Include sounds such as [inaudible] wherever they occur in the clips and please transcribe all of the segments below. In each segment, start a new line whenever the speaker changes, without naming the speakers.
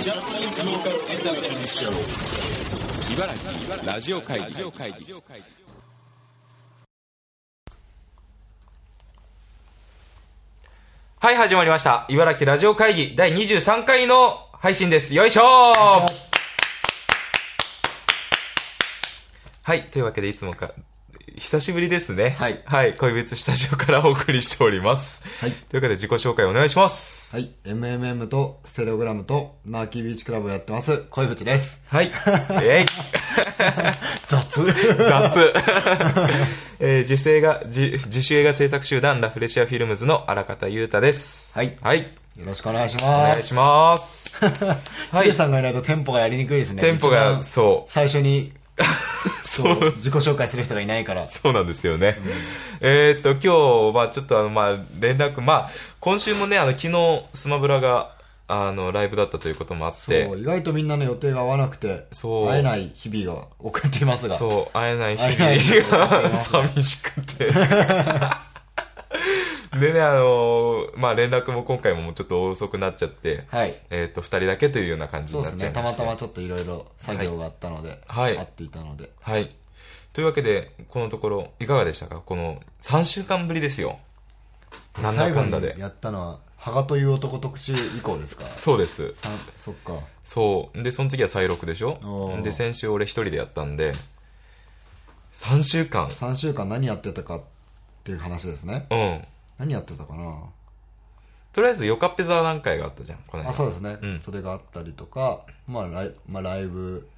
Japanese local entertainment show.
茨城ラジオ会議
はい、始まりました。茨城ラジオ会議第23回の配信です。よいしょはい、というわけでいつもか、久しぶりですね。
はい
はい、恋別スタジオからお送りしております。
はい
というわけで自己紹介お願いします。
はい、MMM とステレオグラムとマーキービーチクラブをやってます、恋淵です。
はい。えい。
[laughs] 雑
雑。 [laughs] えー、受精が、自自主映画制作集団ラフレシアフィルムズの荒方優太です。
はい
はい。
よろしくお願いし
お
ま
願い
す。
し
[laughs]
ます。
は。
はいい
ヒデさんがいないとテンポがやりにくいですね。
テンポが
一番
そう
最初に、
[laughs] そ
そうう、自己紹介する人がいないから。
そうなんですよね。えーっと、今日はちょっとあの、まあ、連絡、まあ、今週もね、あの、昨日、スマブラが、あの、ライブだったということもあっ
そ
て
う、、意外とみんなの予定が合わなくて、
そう
会えない日々を送っていますが。
そう
う。
会えない
会
日
え
々
ない
が [laughs] 寂しくて。でね、あのまあ、連絡も今回もちょっと遅くなっちゃって、
はい
えーっと、二人だけというような感じ
そう
に
で
なっ
す
ちゃ
ね。
い
た
ま
ま
したて。
まちょっといろいろ作業があったので、
はい
会っていたので。
はい。というわけで、このところ、いかがでしたかこの、3週間ぶりですよ。なんだかんだ
最後
で
に。やったのは、ハガという男特集以降です
[laughs]
か
そうです。
さそっか。
そう。で、その次は再録でしょ
おー
で、先週俺一人でやったんで、3週間。
3週間何やってたかっていう話ですね。
うん。
何やってたかな
とりあえず、よかっぺ座談会があったじゃん、この間
あそうですね、
うん
それがあったりとか、まあライまあ、ライブ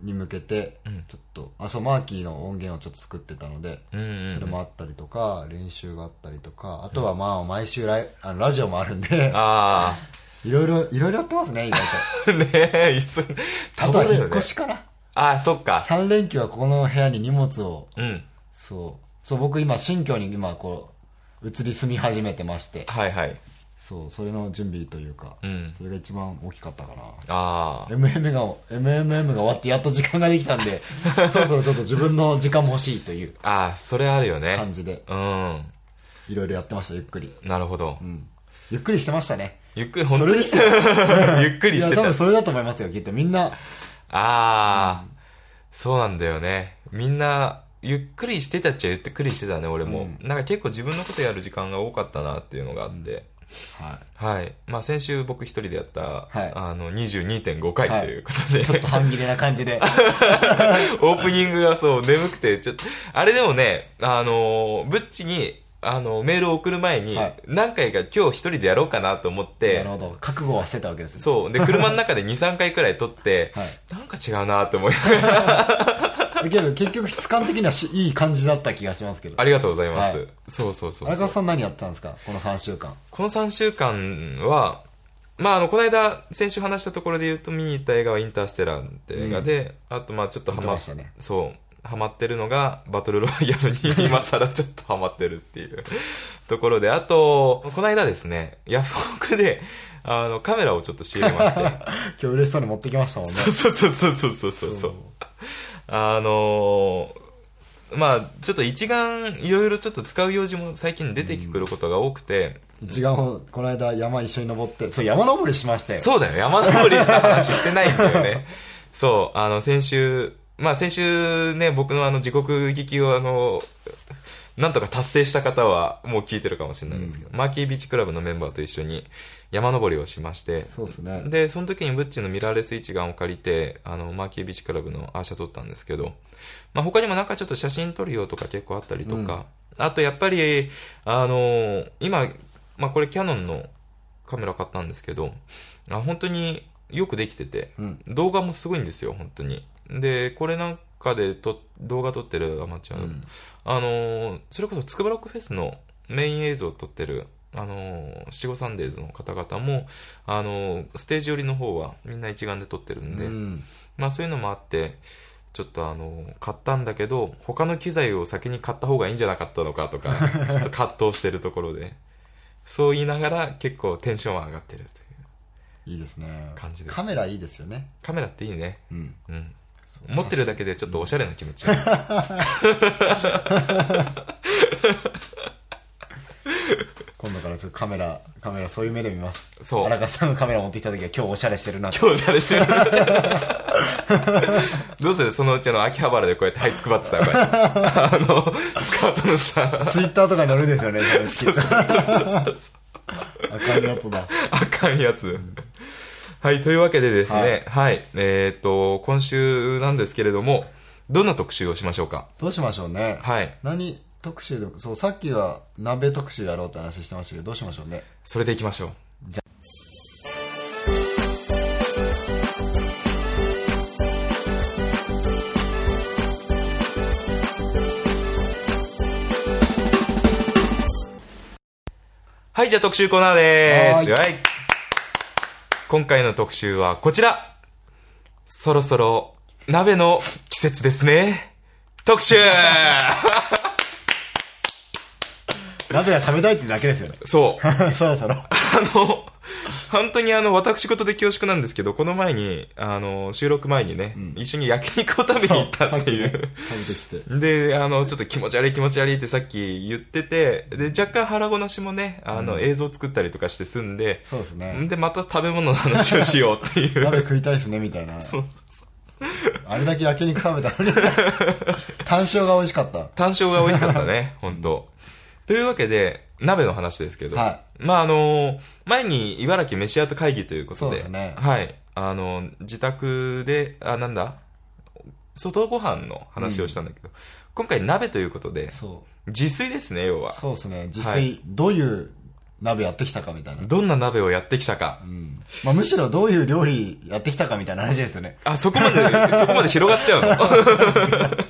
に向けてちょっと、あそうマーキーの音源をちょっと作ってたので、
うんうんうん
それもあったりとか練習があったりとかあとはまあ毎週ライあのラジオもあるんで
あ
いろいろいろいろやってますね意
[laughs]
外と
あ。ねえ、いつ、
あと
倒
は
れる
引
ね
っ越しかな
ああ、そっか。
3連休はここの部屋に荷物を
うん。
そうそう僕今新居に今こう移り住み始めてまして
はいはい。
そうそれの準備というか、
うん
それが一番大きかったかな
ああ。
MM が、MMM が終わってやっと時間ができた
[laughs]
んで、そろそろちょっと自分の時間も欲しいという
ああ、それあるよね。
感じで、
うん。
いろいろやってました、ゆっくり。
なるほど。
うん。ゆっくりしてましたね。
ゆっくり、本当
そ
に
れですよ
[laughs] ゆっくりして
いや、多
た。
分それだと思いますよ、きっと。みんな、
ああ、そうなんだよね。みんな、ゆっくりしてたっちゃゆっくりしてたね、俺も。なんか結構自分のことやる時間が多かったなっていうのがあって。
は
はい。まあ先週僕一人でやった、
い
あの、22.5回
はい
ということで、
い。ちょっと半切れな感じで。
[laughs] オープニングがそう、眠くて、ちょっと、あれでもね、あのー、ブッチに、あの、メールを送る前に
はい、
何回か今日一人でやろうかなと思って、
なるほど。覚悟はしてたわけですね。
そう。で、車の中で2、3回くらい撮って、
[laughs] はい
なんか違うなと思いながら [laughs]
だけど、結局質感的にはしいい感じだった気がしますけど。
ありがとうございます。
はい
そうそうそうそう
荒川さん何やってたんですかこの3週間。
この3週間は、まあ、あの、この間、先週話したところで言うと、見に行った映画はインターステラーって映画で、あと、まあ、ちょっとハ
見て
マ
ましたね
そう、ハマってるのが、バトルロイヤルに今更ちょっとハマってるって [laughs] いうところで、あと、この間ですね、ヤフオクで、あの、カメラをちょっと仕入れま [laughs] して、
今日嬉しそうに持ってきましたもんね。
そうそうそうそうそうそうそう。あのーまあ、ちょっと一眼、いろいろちょっと使う用事も最近出てくることが多くて、
一眼を、この間山一緒に登って、そう、山登りしましたよ。
そうだよ、山登りした話してないんだよね。そう、あの、先週、まあ先週ね、僕のあの、時刻劇をあの、なんとか達成した方は、もう聞いてるかもしれないんですけど、マーキービーチクラブのメンバーと一緒に山登りをしまして、
そうですね。
で、その時にブッチのミラーレス一眼を借りて、あの、マーキービーチクラブのアーシャ撮ったんですけど、まあ、他にもなんかちょっと写真撮るよとか結構あったりとか、あとやっぱり、あの、今、まあ、これキャノンのカメラ買ったんですけど、あ本当によくできてて、
うん
動画もすごいんですよ、本当に。で、これなんかでと動画撮ってるアマチュアの、
うん
あの、それこそつくばロックフェスのメイン映像を撮ってる、あの、シゴサンデーズの方々も、あの、ステージ寄りの方はみんな一眼で撮ってるんで、
うん。
まあそういうのもあって、ちょっとあの、買ったんだけど、他の機材を先に買った方がいいんじゃなかったのかと [laughs] か、ちょっと葛藤してるところで、そう言いながら結構テンションは上がってるという。
いいですね。
感じです
カメラいいですよね。
カメラっていいね。
うん。
うん。持ってるだけでちょっとおしゃれな気持ちが。
今度からちょっとカメラ、カメラそういう目で見ます。
そう
荒川さんがカメラ持ってきた時は今日おしゃれしてるなって。
今日じゃれしてる。どうするそのうちの秋葉原でこうやって、はい、つくばってたらこうやって、あの、スカートの下、
ツイッターとかに載るんです
[laughs]
よね、そうそうそう赤いやつだ。
あかんやつ。はい、というわけでですね、はい、えーっと、今週なんですけれども、どんな特集をしましょうか
どうしましょうね。
はい。
何特集でも、そう、さっきは鍋特集やろうって話してましたけど、どうしましょうね。
それでいきましょう。はい、じゃあ特集コーナーでーす。
は
はい。今回の特集はこちら。そろそろ鍋の季節ですね。特集。
鍋が食べたいってだけですよね [laughs]
そう。
そろそろ。
あの、 [laughs] 本当にあの、私事で恐縮なんですけど、この前に、あの、収録前にね、一緒に焼肉を食べに行ったってい。
そうさっきね食べてきて。
[laughs] で、あの、ちょっと気持ち悪い気持ち悪いってさっき言ってて、で、若干腹ごなしもね、あの、映像作ったりとかして済んで、
そうです
ん
ね。
で、また食べ物の話をしようって
[laughs]
いう。
鍋食いたいですね、みた
[laughs]
いな。
そうそうそう
あれだけ焼肉食べた
[laughs]
のに。単勝が美味しかった。
単勝が美味しかったね、本当というわけで、鍋の話ですけど、
は
まああの、前に茨城飯跡会議ということで、
そうですね
はい、あの、自宅で、あ、なんだ、外ご飯の話をしたんだけど、今回鍋ということで、
そ
自炊ですね、要
う。
は。
そうですね。実
は
際、どういう鍋やってきたかみたいな。
どんな鍋をやってきたか。
うん。まあ、むしろどういう料理やってきたかみたいな話ですよね。
あ、そこ
[laughs]
まで、そこまで広がっちゃうの [laughs]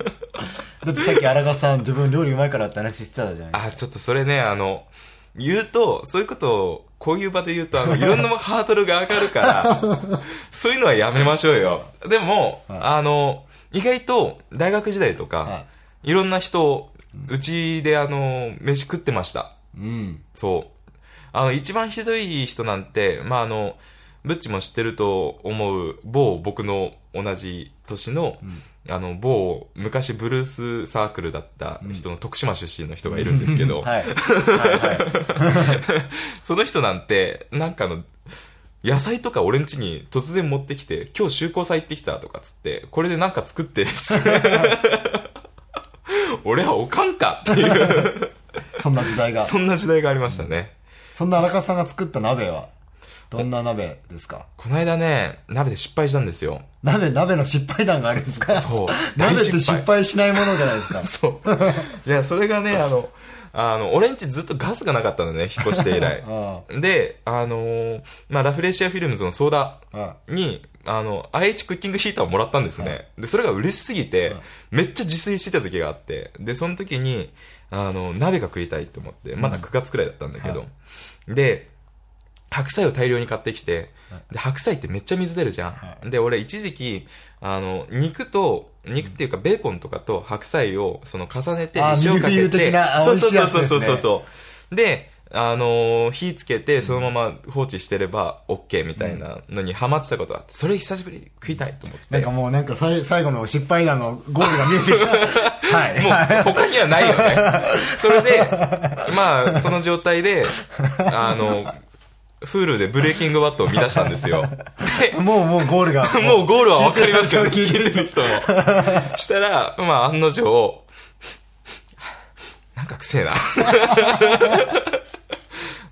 だってさっき荒川さん、自分料理うまいからって話してたじゃない
あ、ちょっとそれね、あの、言うと、そういうことを、こういう場で言うと、あの、いろんなハードルが上がるから、そういうのはやめましょうよ。でも、
はい
あの、意外と、大学時代とか、、
はい
ろんな人、うちであの、飯食ってました。
うん。
そう。あの、一番ひどい人なんて、まあ、あの、ブッチも知ってると思う、某僕の同じ年の、あの、某昔ブルースサークルだった人の徳島出身の人がいるんですけど、
[laughs] はい。はいはい。
その人なんて、なんかあの、野菜とか俺ん家に突然持ってきて、今日就航祭行ってきたとかっつって、これでなんか作
[laughs]
って、 [laughs] 俺はおかんかっていう、
そんな時代が。
そんな時代がありましたね。
そんな荒川さんが作った鍋は、どんな鍋ですか
この間ね、鍋で失敗したんですよ。
なんで鍋の失敗談があるんですか
そう
[laughs] 鍋
大
って
失敗
失敗しないものじゃないですか。。
そう。 [laughs] いや、それがね、あの、あの、俺ん家ずっとガスがなかったのね、引っ越して以来
[laughs] あ
で、あのーまあ、ラフレシアフィルムズのソーダ
あ。あ
に、あの、IH クッキングヒーターをもらったんですね。で、それが嬉しすぎて、めっちゃ自炊してた時があって、で、その時に、あの、鍋が食いたいと思って、まだ9月くらいだったんだけど、
は
で、白菜を大量に買ってきて、で、白菜ってめっちゃ水出るじゃん。
は
で、俺一時期、あの、肉と、肉っていうかベーコンとかと白菜を、その重ねて
あ、
塩かけ
ミルフィーユ
て
的な、あ
そう
美味しいやつ
そうそうそうそうそう。で、あのー火つけて、そのまま放置してれば、OK みたいなのにハマってたことあって、それ久しぶりに食いたいと思って。
なんかもうなんかさい最後の失敗談のゴールが見えてきた。
[laughs]
はい。
もう
はい
他にはないよね。それで、まあ、その状態で、あの、フールでブレイキングバットを見出したんですよ。
もうもうゴー
[laughs]
ルが。
で、もうゴールはわかりますよね、聞
聞い
いて
てる人
る人も。したら、まあ、案の定、なんかくせえな。 [laughs]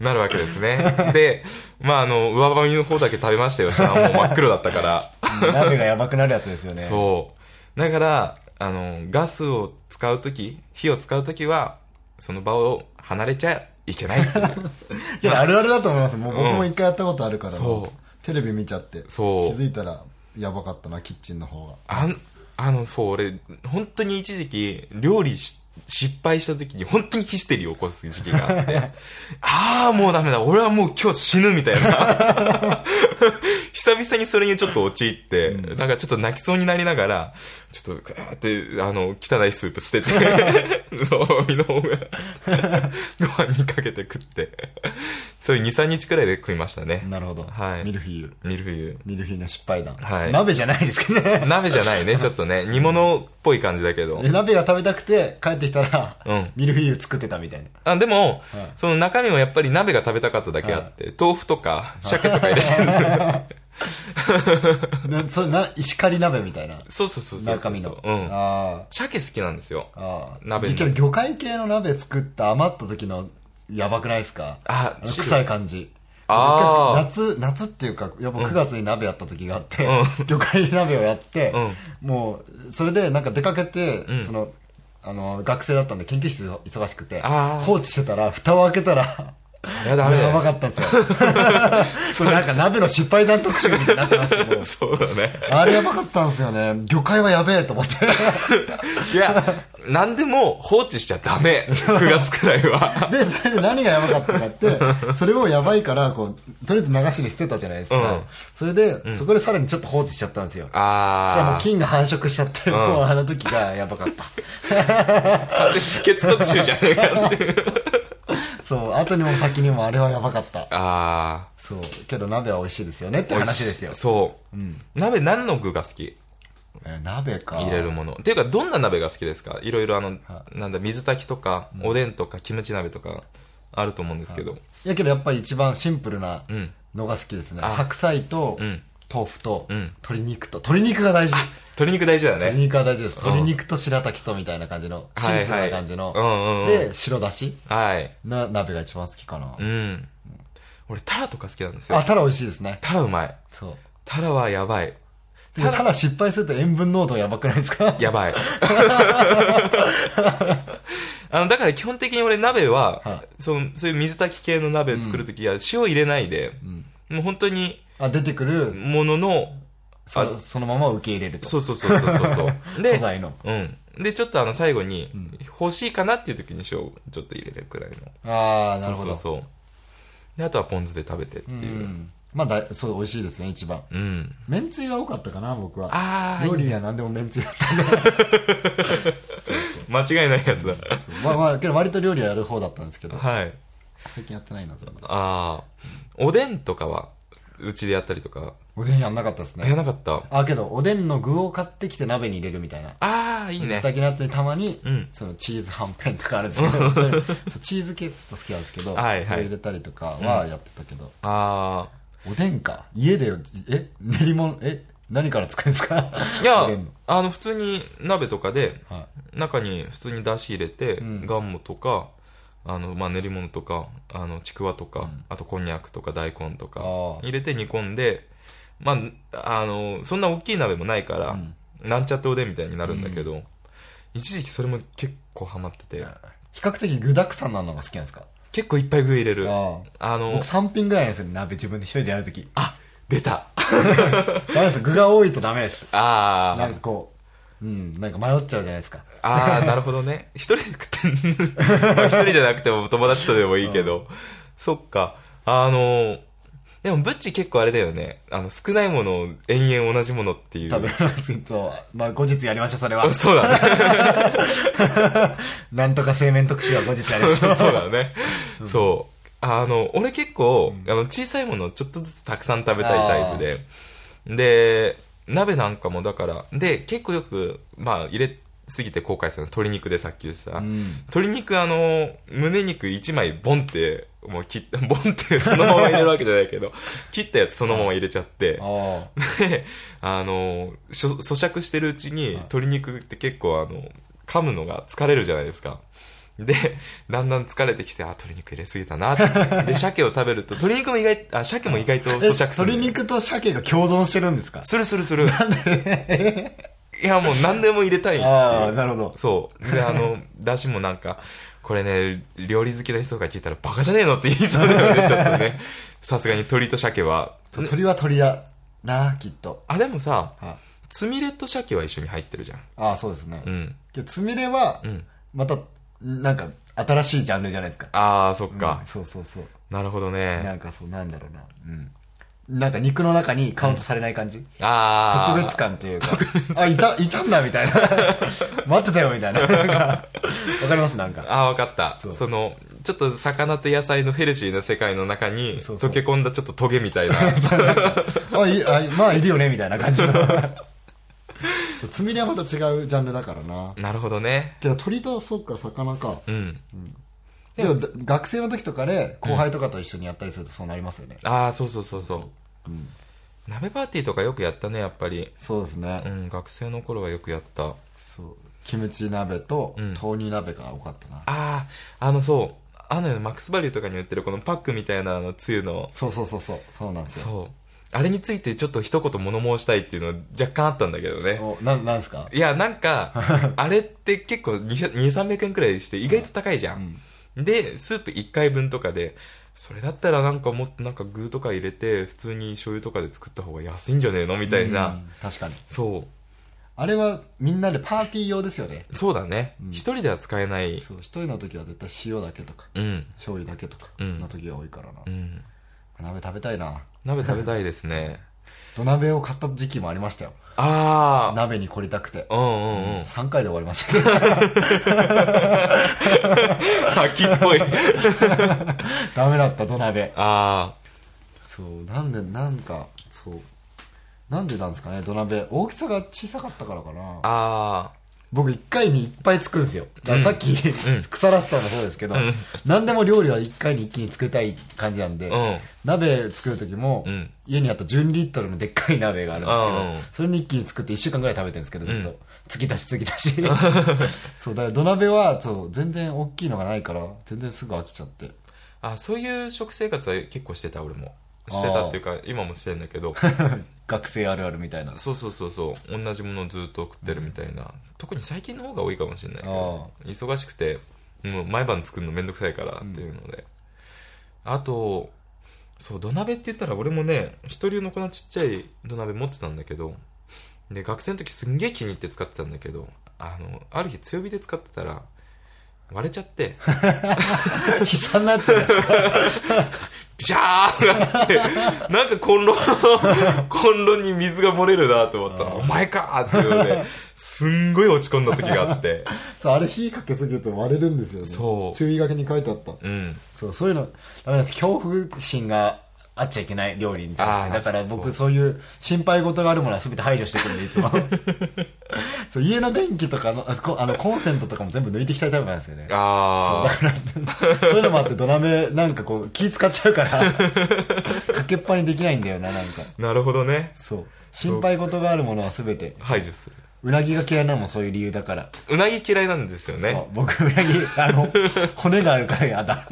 なるわけですね。で、まあ、あの、上髪の方だけ食べましたよ。下はもう真っ黒だったから。
鍋がやばくなるやつですよね。
そう。だから、あの、ガスを使うとき、火を使うときは、その場を離れちゃいけないっていう。
いや、あるあるだと思います。もう僕
うん
も一回やったことあるから。
そう
テレビ見ちゃって。
そう
気づいたら、やばかったな、キッチンの方が。
あん、あの、そう、俺、本当に一時期、料理し、失敗した時に本当にヒステリーを起こす時期があって、 [laughs] ああ、もうダメだ、俺はもう今日死ぬみたいな。 [laughs] 久々にそれにちょっと陥って、なんかちょっと泣きそうになりながら、ちょっと、ガーって、あの、汚いスープ捨てて、 [laughs] そう、身の方が、ご飯にかけて食って、そういう2、3日くらいで食いましたね。
なるほど。
はい
ミルフィーユ。
ミルフィーユ。
ミルフィーユの失敗談。
はい [laughs]
鍋じゃないですけどね。
鍋じゃないね、ちょっとね。煮物っぽい感じだけど。
え鍋が食べたくて帰ってっていたら、
うん
ミルフィーユ作ってたみたいな。
あでも、
はい
その中身もやっぱり鍋が食べたかっただけあって、豆腐とか鮭とか入れて
[laughs]
る
なそれな石狩鍋みたいな
そうそうそうそう
中身の、
うん
あ
鮭好きなんですよ
あああ
鍋の
結局魚介系の鍋作った余った時のやばくないですか
あ
の臭い感じ
あー
僕夏夏っていうかやっぱ9月に鍋やった時があって、魚介鍋をやって、もうそれでなんか出かけて、そのあの学生だったんで研究室忙しくて
あー
放置してたら蓋を開けたら
いやダメだ
やば
よ
かったん
[laughs]
ですよこれなんか鍋の失敗談特集みたいになってますけど
そうだね
あれやばかったんですよね。魚介はやべえと思って。
いや何でも放置しちゃダメ9月くらいは
[laughs] で、それで何がやばかったかって、それをやばいから、こう、とりあえず流しに捨てたじゃないですか。
うん
それで、そこでさらにちょっと放置しちゃったんですよ。さあも
あ
う
あ
菌が繁殖しちゃって、もうあの時がやばかった。 [laughs]
完全に不潔特集じゃねえかっ
[laughs]
ていう
そう、後にも先にもあれはやばかった。
ああ
そう、けど鍋は美味しいですよねって話ですよ。
そう、鍋何の具が好き
え鍋か。
入れるものっていうかどんな鍋が好きですかいろいろあの、なんだ水炊きとかおでんとかキムチ鍋とかあると思うんですけど、
いやけどやっぱり一番シンプルなんのが好きですね。
あ
白菜と
ん、
豆腐と、
ん
鶏肉と、鶏肉が大事。
鶏肉大事だ
鶏
ね
肉は大事です。鶏肉と白滝とみたいな感じの、シンプルな感じの。
はいはいうんうんうん
で、白だし
はい
な鍋が一番好きかな。
うん俺タラとか好きなんですよ
あ、たら美味しいですね。
タラうまい
そう。
タラはやばい
でもただ失敗すると塩分濃度やばくないですか
やばい [laughs] あのだから基本的に俺鍋は、
は
そのそういう水炊き系の鍋作るときは塩入れないで、もう本当に
あ、出てくる、
ものの
そそのまま受け入れると。
そうそうそうそうそうそう
[laughs]
で
素材の。
うん。で、ちょっとあの、最後に、欲しいかなっていう時に塩をちょっと入れるくらいの。
ああ、なるほど。
そうそうそう。で、あとはポン酢で食べてっていう。う
う
ん。
ん。まあだい、そう、美味しいですね、一番。めんつゆが多かったかな、僕は。
あー
料理には何でもめんつゆだった。
間違いないやつだ。
まあまあ、けど割と料理はやる方だったんですけど、
はい。
最近やってないな、全部。
ああ。おでんとかは、うちでやったりとか。
おでんやんなかったです
あや
ね。
らなかった。
あ、けど、おでんの具を買ってきて鍋に入れるみたいな。
ああ、いいね。
炊きのやつにたまに、
うん
そのチーズはんぺんとかあるんですけど、そういうそうチーズケーキちょっと好きなんですけど、
[laughs] はいはい
それ入れたりとかはやってたけど、
あ
おでんか。家で、え、練り物、え、何から作るんですか
あ。いや
おでんの、
あの、普通に鍋とかで、
は
中に普通に出汁入れて、
ん
ガンモとか、あの、まあ、練り物とか、あの、ちくわとか、あとこんにゃくとか大根とか
あー、
入れて煮込んで、まあ、あの、そんな大きい鍋もないから、なんちゃっておでんみたいになるんだけど、一時期それも結構ハマってて、
比較的具沢山なのが好きなんですか
結構いっぱい具入れる。あ
ああ。
の
僕、3品ぐらいなんですよ、鍋自分で一人でやるとき。
あ、出た
ダメです、具が多いとダメです。
あ
なん
ー
かこう、うん、なんか迷っちゃうじゃないですか。
あ
[laughs]
ー、なるほどね。一人で食ってんまあ一人じゃなくても友達とでもいいけど。そっか。あの、でもブッチ結構あれだよね。あの、少ないものを延々同じものっていう。。
食べられますと、まあ後日やりましょう、それは
そうだね。
なんとか製麺特集は後日やりまし
[laughs] そ
ょ
う
う。
だね。そう。あの、俺結構、あの、小さいものをちょっとずつたくさん食べたいタイプで。で、鍋なんかもだから、で、結構よく、まあ、入れすぎて後悔するの鶏肉でさっき言ってた。
うん。
鶏肉あの、胸肉1枚ボンって、もう切っ、 [laughs] ボンってそのまま入れるわけじゃないけ
[laughs]
ど、切ったやつそのまま入れちゃって、
あ
で、あの、しょ咀嚼してるうちに鶏肉って結構あの、噛むのが疲れるじゃないですか。で、だんだん疲れてきて、あ、鶏肉入れすぎたなって。
[laughs]
で、鮭を食べると、鶏肉も意外、あ、鮭も意外と
あ。
咀
[laughs] え、
嚼する。
鶏肉と鮭が共存してるんですか
するするする。 [laughs] いや、もう何でも入れたいっていう。
ああ、なるほど。
そう。で、あ
[laughs]
の、だしもなんか、これね、料理好きな人が聞いたらバカじゃねえのって言いそうだよね、ちょっと
[laughs]
ね。さすがに鶏と鮭は。
鳥は鳥だな、きっと。
あ、でもさ、
はい
つみれと鮭は一緒に入ってるじゃん。
ああ、そうですね
う。ん。
けどつみれは
ん、
また、なんか、新しいジャンルじゃないですか。
あー、そっか。
そうそうそう。
なるほど
な
ね。
んかそう、なんだろうな。うん。なんか肉の中にカウントされない感じ
あー。
特別感というか。あ、いた、いたんだ
[laughs]
みたいな。待ってたよみたいな。なんか、わかりますなんか。
あー、わかった。
そ
そうの、ちょっと魚と野菜のヘルシーな世界の中に、
そうそう
溶け込んだちょっと
[laughs]
トゲみたいな。 [laughs]
あ、い、あ、まあいるよねみたいな感じの。つみれはまた違うジャンルだからな
なるほどね。
けど鳥とそっか魚か
うん。
でもだ学生の時とかで後輩とかと一緒にやったりするとそうなりますよね、
ああ、そうそうそうそう。
うん
鍋パーティーとかよくやったね、やっぱり。
そうですね、
うん、学生の頃はよくやった。あ
そうキムチ鍋と
うん
豆乳鍋が多かったな、
あー、あの、そう。あのね、マックスバリューとかに売ってるこのパックみたいなあの、つゆの。
そうそうそうそうそうなんですよ
そう。あれについてちょっと一言物申したいっていうのは若干あったんだけどね。
おななんですか
いや、なんか、
[laughs]
あれって結構200 2、300円くらいして意外と高いじゃん。で、スープ1回分とかで、それだったらなんかもっとなんか具とか入れて、普通に醤油とかで作った方が安いんじゃねえのみたいな。
うん確かに
そ
あれはみんなでパーティー用ですよね
う。そうだね。一、人では使えない。
そう一人の時は絶対塩だけとか
うん。
醤油だけとか
うん
の時が多いからな、
うん。
鍋食べたいな
鍋食べたいです
[laughs]
ね。
土鍋を買った時期もありましたよ
あ
鍋に凝りたくて
あ。うんうんうん。
3回で終わりましたけど [laughs]
秋っぽい。
ダメだった土鍋
[laughs] ああ。
そうなんでなんかそうなんでなんですかね土鍋大きさが小さかったからかな
あ
僕1回にいっぱい作るんですよだからさっき、 [laughs] 腐らせたのもそうですけど、何でも料理は1回に一気に作りたい感じなんで、
うん
鍋作る時も、
うん
家にあった12リットルのでっかい鍋があるんですけど、
うん
それに一気に作って1週間ぐらい食べてるんですけどずっと、
うん
突き出し突き出し
[laughs]
そうだから土鍋はそう全然大きいのがないから全然すぐ飽きちゃって
あ。あそういう食生活は結構してた、俺も。してたっていうか、今もしてんだけど。
学生あるあるみたいな [laughs] あ
そうそうそうそう同じものをずっと食ってるみたいな、特に最近の方が多いかもしれないけど忙しくてもう毎晩作るのめんどくさいからっていうので、あとそう土鍋って言ったら俺もね一流のこんなちっちゃい土鍋持ってたんだけどで学生の時すんげえ気に入って使ってたんだけどあのある日強火で使ってたら割れちゃって
悲惨なやつね
ビシャーってって、なんかコン [laughs] ロの、コンロに水が漏れるなと思ったら、お前かーっていうので、すんごい落ち込んだ時があって。
そうあれ火かけすぎると割れるんですよね
そう
注意書きに書いてあった
うん。
そう、そういうの、ダメなんです。恐怖心があっちゃいけない料理に対し
あー
て。だから
そ
僕
う
そういう心配事があるものは全て排除していくんで、い
[laughs]
つも。そう、家の電気とかの、あこあの、コンセントとかも全部抜いていきたいタイプなんですよね。そう、
あ
だから、そういうのもあって土鍋なんかこう気使っちゃうから、かけっぱにできないんだよな、なんか。
ー、なるほどね。
そう。心配事があるものは全て。
排除する。
うなぎが嫌いなのもそういう理由だから。
うなぎ嫌いなんですよ
そ
ね
う。、僕、うなぎ、
[laughs]
あの、骨があるからやだ。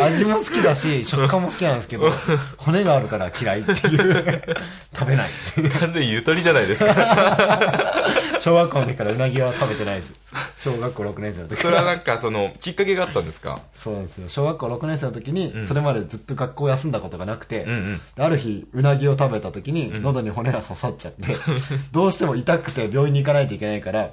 味も好きだし、食感も好きなんですけど、骨があるから嫌い
[laughs]
っていう、食べないっていう。
完全にゆとりじゃないですか。 [laughs]
小学校の時からうなぎは食べてないです。小学校6年生の時
そ
か
れは
ら。
なんか、その、きっかけがあったんですか
そうなんですよ。小学校6年生の時に、それまでずっと学校休んだことがなくて、
んうん
である日、うなぎを食べた時に、喉に骨が刺さっちゃって、 [laughs] どうしても痛くて病院に行かないといけないから、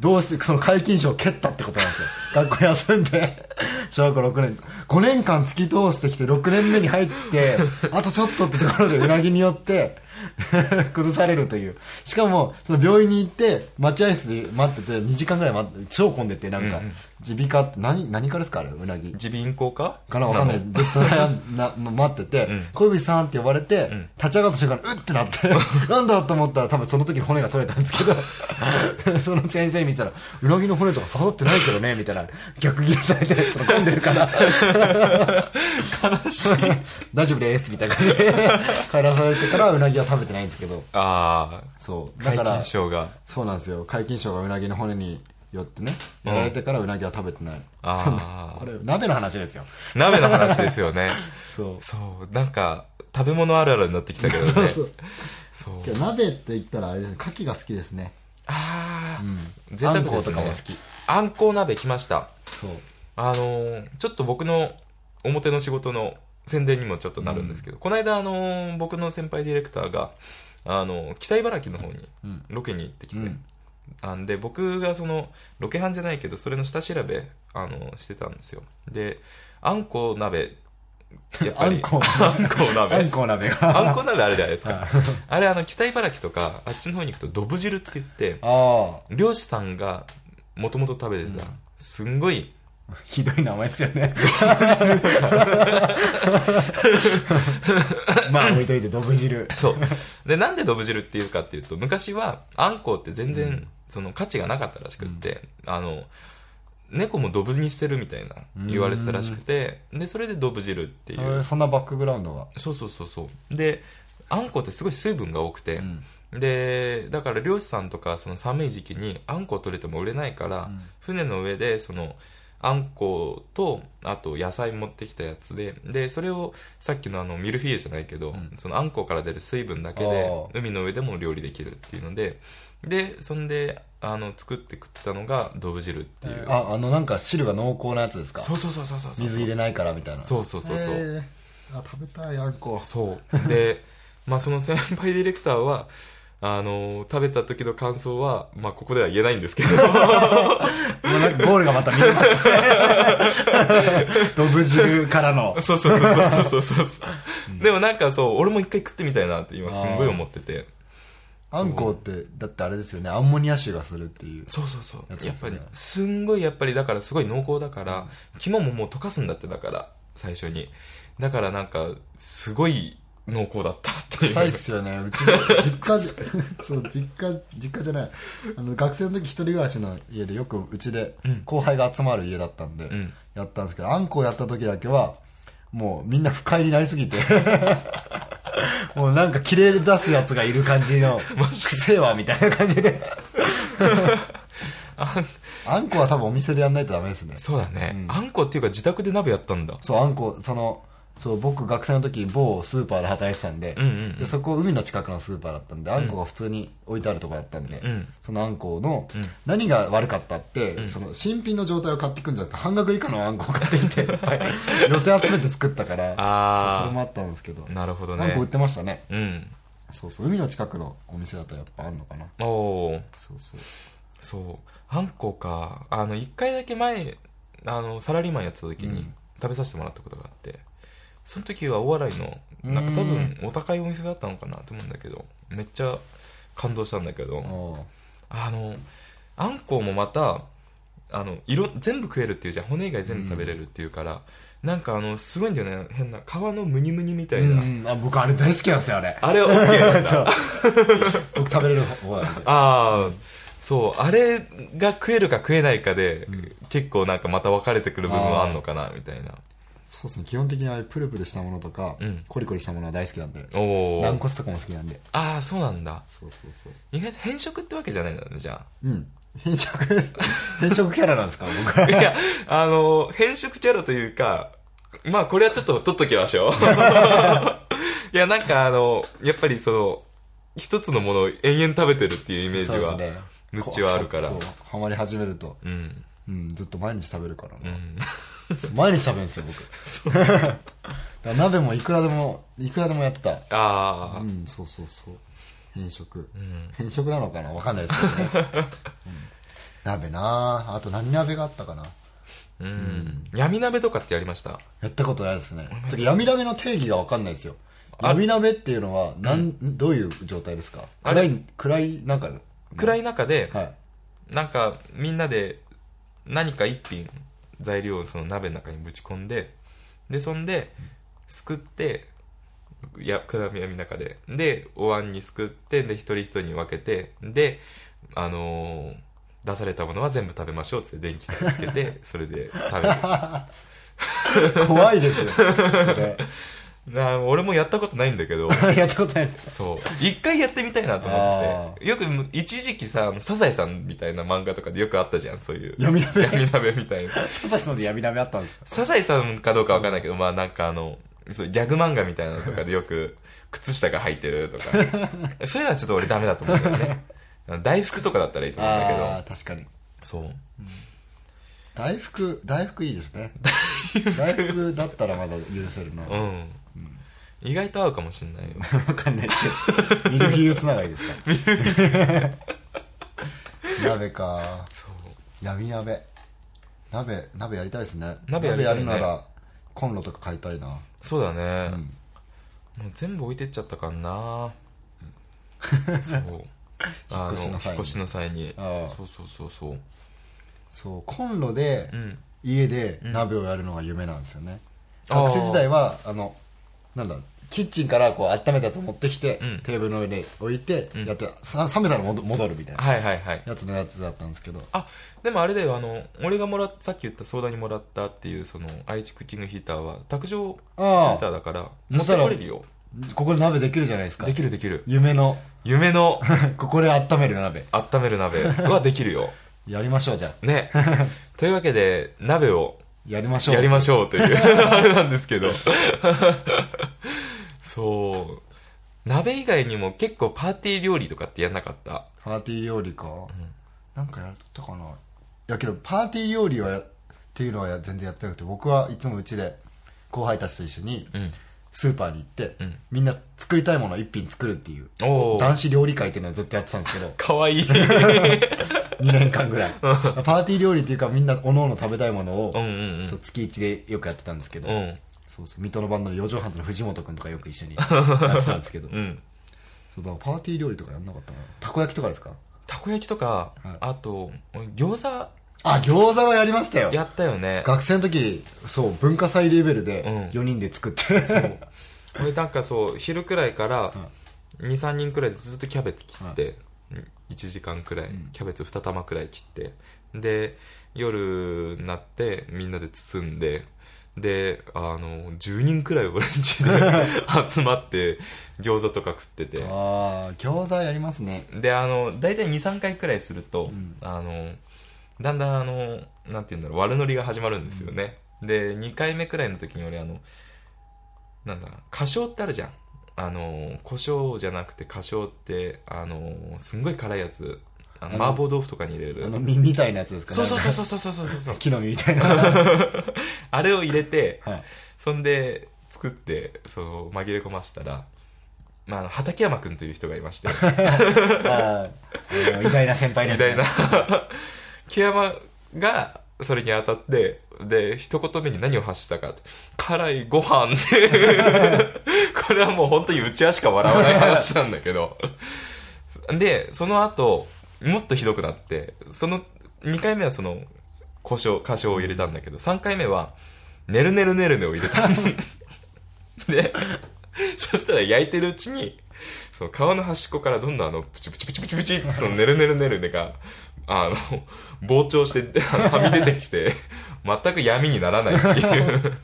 どうして、その皆勤賞を蹴ったってことなんですよ。学校休んで、 [laughs] 小学校6年、5年間突き通してきて、6年目に入って、あとちょっとってところでうなぎによって、 [laughs] 崩されるという。しかも、その病院に行って、待合室で待ってて、2時間ぐらい待って、超混んでて、なんか、耳鼻科って、何、何科ですかあれ、うなぎ。
耳鼻咽喉科
かなわかんない。ずっと悩んなま待ってて、小指さんって呼ばれて、立ち上がった瞬間、うってな [laughs] って、なんだと思ったら多分その時に骨が取れたんですけ [laughs] ど、その先生見てたら、うなぎの骨とか刺さってないけどね、みたいな、逆ギレされて、その混んでる [laughs] から、
悲しい。
大丈夫です、みたいな感じ [laughs] で、帰らされてからうなぎは食べてないんですけど、
ああ、
そう。だ
皆
から
勤、賞が。
そうなんですよ。皆勤賞がうなぎの骨によってね、やられてからうなぎは食べてない。
あ
これ、鍋の話ですよ。
あ、鍋の話ですよね。
そう。
そう、なんか、食べ物あるあるになってきたけどね。
[laughs] そうそう。
そう
今日鍋って言ったらあれですね、牡蠣が好きですね。
ああ、贅
あ
沢
ん
ですね
こうとかも好き。
あんこう鍋来ました
そう。
あのーちょっと僕の表の仕事の宣伝にもちょっとなるんですけど、この間あのー僕の先輩ディレクターがあのー北茨城の方に
ん
ロケに行ってきて、
うん
あんで僕がそのロケ班じゃないけどそれの下調べあのーしてたんですよであんこう鍋やっぱ
[laughs] あ
り
んこ
あんこう鍋
あんこ鍋が。
あんこ鍋あれじゃないです
[laughs]
かあれあの北茨城とかあっちの方に行くとどぶ汁って言って
ああ。
漁師さんがもともと食べてた、すんごい [laughs]
ひどい名前ですよね。まあ置いといて、毒汁。
そう。で、なんでどぶ汁っていうかっていうと、昔は、あんこうって全然、その価値がなかったらしくって、あの、猫もどぶに捨てるみたいな言われてたらしくて、で、それでどぶ汁ってい
えー
う。
そんなバックグラウンドが。
そうそうそうそう。で、あんこうってすごい水分が多くて、
ん
で、だから漁師さんとか、その寒い時期にあんこう取れても売れないから、
ん
船の上で、その、あんこと、あと野菜持ってきたやつで、で、それをさっきのあのミルフィーユじゃないけど、
ん
そのあんこから出る水分だけ
あ
で
ー、
海の上でも料理できるっていうので、で、そんで、あの、作って食ってたのが、ドブ汁っていう。
あ、あのなんか汁が濃厚なやつですか
そうそうそうそうそうそう。
水入れないからみたいな。
そうそうそうそう。
えーあ、食べたい、あんこ。
そう。で、 [laughs] まあその先輩ディレクターは、あの食べた時の感想は、まあここでは言えないんですけど、
もうなんかゴールがまた見えま [laughs] したね。毒汁からの。
そうそうそうそうそうそうそう。でもなんかそう、俺も一回食ってみたいなって今すんごい思ってて。
あんこって、だってあれですよね、アンモニア臭がするっていう。
そうそうそう
やつ。
や
で
っ
す
ぱ
ね
り、すんごいやっぱりだからすごい濃厚だから、肝ももう溶かすんだってだから、最初に。だからなんか、すごい濃厚だったっていう。
臭いっすよね。うちの実家で、 [laughs] そう、実家、実家じゃない。あの、学生の時一人暮らしの家でよくうちで
ん
後輩が集まる家だったんで、
ん
やったんですけど、あんこをやった時だけは、もうみんな不快になりす
[laughs]
ぎて、もうなんか綺麗で出すやつがいる感じ
[laughs]
の、くせえわ、みたいな感じで。あんこは多分お店でやんないとダメですね。
そうだね、あんこっていうか自宅で鍋やったんだ。
そう、あんこ、その、そう、僕学生の時某スーパーで働いてたんで、
うんうんうん
で、そこ海の近くのスーパーだったんで、あんこが普通に置いてあるとこだったんで、
ん
そのあんこの、何が悪かったって、その新品の状態を買ってくんじゃなくて、半額以下のあんこを買ってきて、いっぱい [laughs] 寄せ集めて作ったから、
あー
そうそれもあったんですけど、
なるほど
あんこ売
ね。
ってましたね。
うん。
そうそう、海の近くのお店だとやっぱあんのかな。
おおー。
そうそう。
そうあんこかあの一回だけ前あのサラリーマンやってた時
う
に
ん
食べさせてもらったことがあってその時は大笑いのなんか多分お高いお店だったのかなと思うんだけどめっちゃ感動したんだけど
おー
あのあんこもまたあのいろ全部食えるっていうじゃん骨以外全部食べれるっていうから、なんかあのすごいんだよね変な皮のムニムニみたいな、
うん、あ僕あれ大好きなんですよ、あれ。
あれ OK なんだ
そう僕食べれる方なんで。
ああ、そう、あれが食えるか食えないかで、結構なんかまた分かれてくる部分はあんのかな、みたいな。
そうですね基本的にああいうプルプルしたものとか、
うん
コリコリしたものは大好きなんで
お
軟
お。
骨とかも好きなんで
ああ、そうなんだ。
そうそうそう
意外と変色ってわけじゃないんだね、じゃ
うん変色 [laughs] 変色キャラなんですか僕
[laughs]
は
あ。いや、あの、変色キャラというか、まあこれはちょっと取っときまし
[laughs]
ょう。いや、なんかあの、やっぱりその、一つのものを延々食べてるっていうイメージは、
そうですね
ムッチはあるから
そうハマり始めると、
うん。
うん、ずっと毎日食べるから
う
ね、
ん。
毎日食べるんですよ僕 [laughs] だから鍋もいくらでもいくらでもやってた
ああ
う、んそうそうそう変色、
ん
変色なのかなわかんないですけ
[laughs]
どね、うん鍋なああと何鍋があったかな
うん。闇鍋とかってやりました
やったことないですね。てか闇鍋の定義が分かんないですよ。闇鍋っていうのは、なん、どういう状態ですか
あれ
暗い、暗い、なんか、
暗い中で、
はい。
なんかみんなで何か一品材料をその鍋の中にぶち込んででそんですくってや暗闇の中ででお椀にすくってで一人一人に分けてであのー出されたものは全部食べましょうっつって電気つけてそれで食べる
怖いですよ。それ。 [laughs]
な俺もやったことないんだけど
やったことないです。
そう一回やってみたいなと思っててよく一時期さあのサザエさんみたいな漫画とかでよくあったじゃんそういう
闇
[laughs]
鍋
闇鍋みたいな
佐々木さんで闇鍋あったんですか
サザエさんかどうかわかんないけど、まあなんかあの、そうギャグ漫画みたいなのとかでよく、靴下が入ってる
[laughs]
とか。そういうのはちょっと俺ダメだと思うんだよね。大福とかだったらいいと思うん
ああ
だ
ー、確かに。
けど。そう。
大福、大福いいで
[laughs]
すね。大福だったらまだ許せるな。
う
わ
ん。意外と合うかもしんないよ。
かんないですけど。ミルフィーユつながりです
[laughs]
か [laughs] 鍋か。
そう。
闇鍋鍋鍋やりたいですね
鍋やりたいね
鍋るならコンロとか買いたいな
そうだね。
ん
もう全部置いてっちゃったかな。
[laughs]
そう。あ
引っ越しの際
引っ越しの際に
にああ
そうそうそうそう。
そうコンロで
うん。
家で鍋をやるのが夢なんですよね、学生時代はあのなんだろうキッチンからこう温めたやつを持ってきて、
うん
テーブルの上に置いて
ん
やって、さ冷めたら戻戻るみたいな
はいはいはい。
やつのやつだったんですけど
あ、でもあれだよ、あの、俺がもらっさっき言った相談にもらったっていう、その、愛知クッキングヒーターは、卓上ヒーターだから、持
そ
っ
してたら
これるよ。
ここで鍋できるじゃないですか
できるできる。
夢の [laughs]
夢の
ここで温める鍋
温める鍋はできるよ。
やりましょうじゃあ
ね。というわけで、鍋を
やりましょう
やりまし
ょ
ょうというあれなんですけど [laughs] そう鍋以外にも結構パーティー料理とかってやんなかった
うパーティー料理か、なんかやったかないやけどパーティー料理はやっていうのはや全然やってなくて僕はいつもうちで後輩たちと一緒に
うん
スーパーに行って、
うん
みんな作りたいものを一品作るっていう
おー
男子料理会っていうのはずっとやってたんです
[laughs]
けど
かわいい
2年間ぐらいパーティー料理っていうかみんなおのおの食べたいものを、
うんうんうん
そう月1でよくやってたんですけど、
うん
そうそう水戸のバンドの四畳半の藤本君とかよく一緒にやってたんで
[laughs]
すけど、
うん
そうだからパーティー料理とかやんなかったなたこ焼きとかですか
たこ焼きとか、
はい
あと餃
あ餃子はやりましたよ
子やったよ
[laughs]
ね
学生の時そう文化祭レベルで
うん
4人で作って、 [laughs]
俺なんかそう昼くらいから23人くらいでずっとキャベツ切って、1時間くらいキャベツ2玉くらい切ってで夜になってみんなで包んでであの10人くらい俺んちで [laughs] 集まって餃子とか食ってて
ああ餃子やりますね
であの大体23回くらいすると、あのだんだんあのなんて言うんだろう悪ノリが始まるんですよね、で2回目くらいの時に俺あのなんだ歌唱ってあるじゃんあの胡椒じゃなくて歌唱ってあのすんごい辛いやつあの
あの
麻婆豆腐とかに入れる
あの実みたいなやつですか
そうそう
なんか
そうそうそうそうそうそう
[laughs] 木の実み
[laughs]
たいなは
あれを入れて
い
そんで作ってその紛れ込ませたら、まあ、あの畠山君という人がいまして
あーあの偉大な先輩で
み
す、
た
ね、
いな。 [laughs] 木山が、それに当たって、で、一言目に何を発したかって辛いご飯で、 [laughs] これはもう本当にうちはしか笑わない話なんだけど。で、その後、もっとひどくなって、その、2回目はその、胡椒、歌唱を入れたんだけど、3回目は、ねるねるねるねを入れた。 [laughs] で、 [laughs] そしたら焼いてるうちに、その皮の端っこからどんどんあの、プチプチプチプチプチってそのねるねるねるねが、あの、膨張して、あのはみ出てきて、全く闇にならないっていう。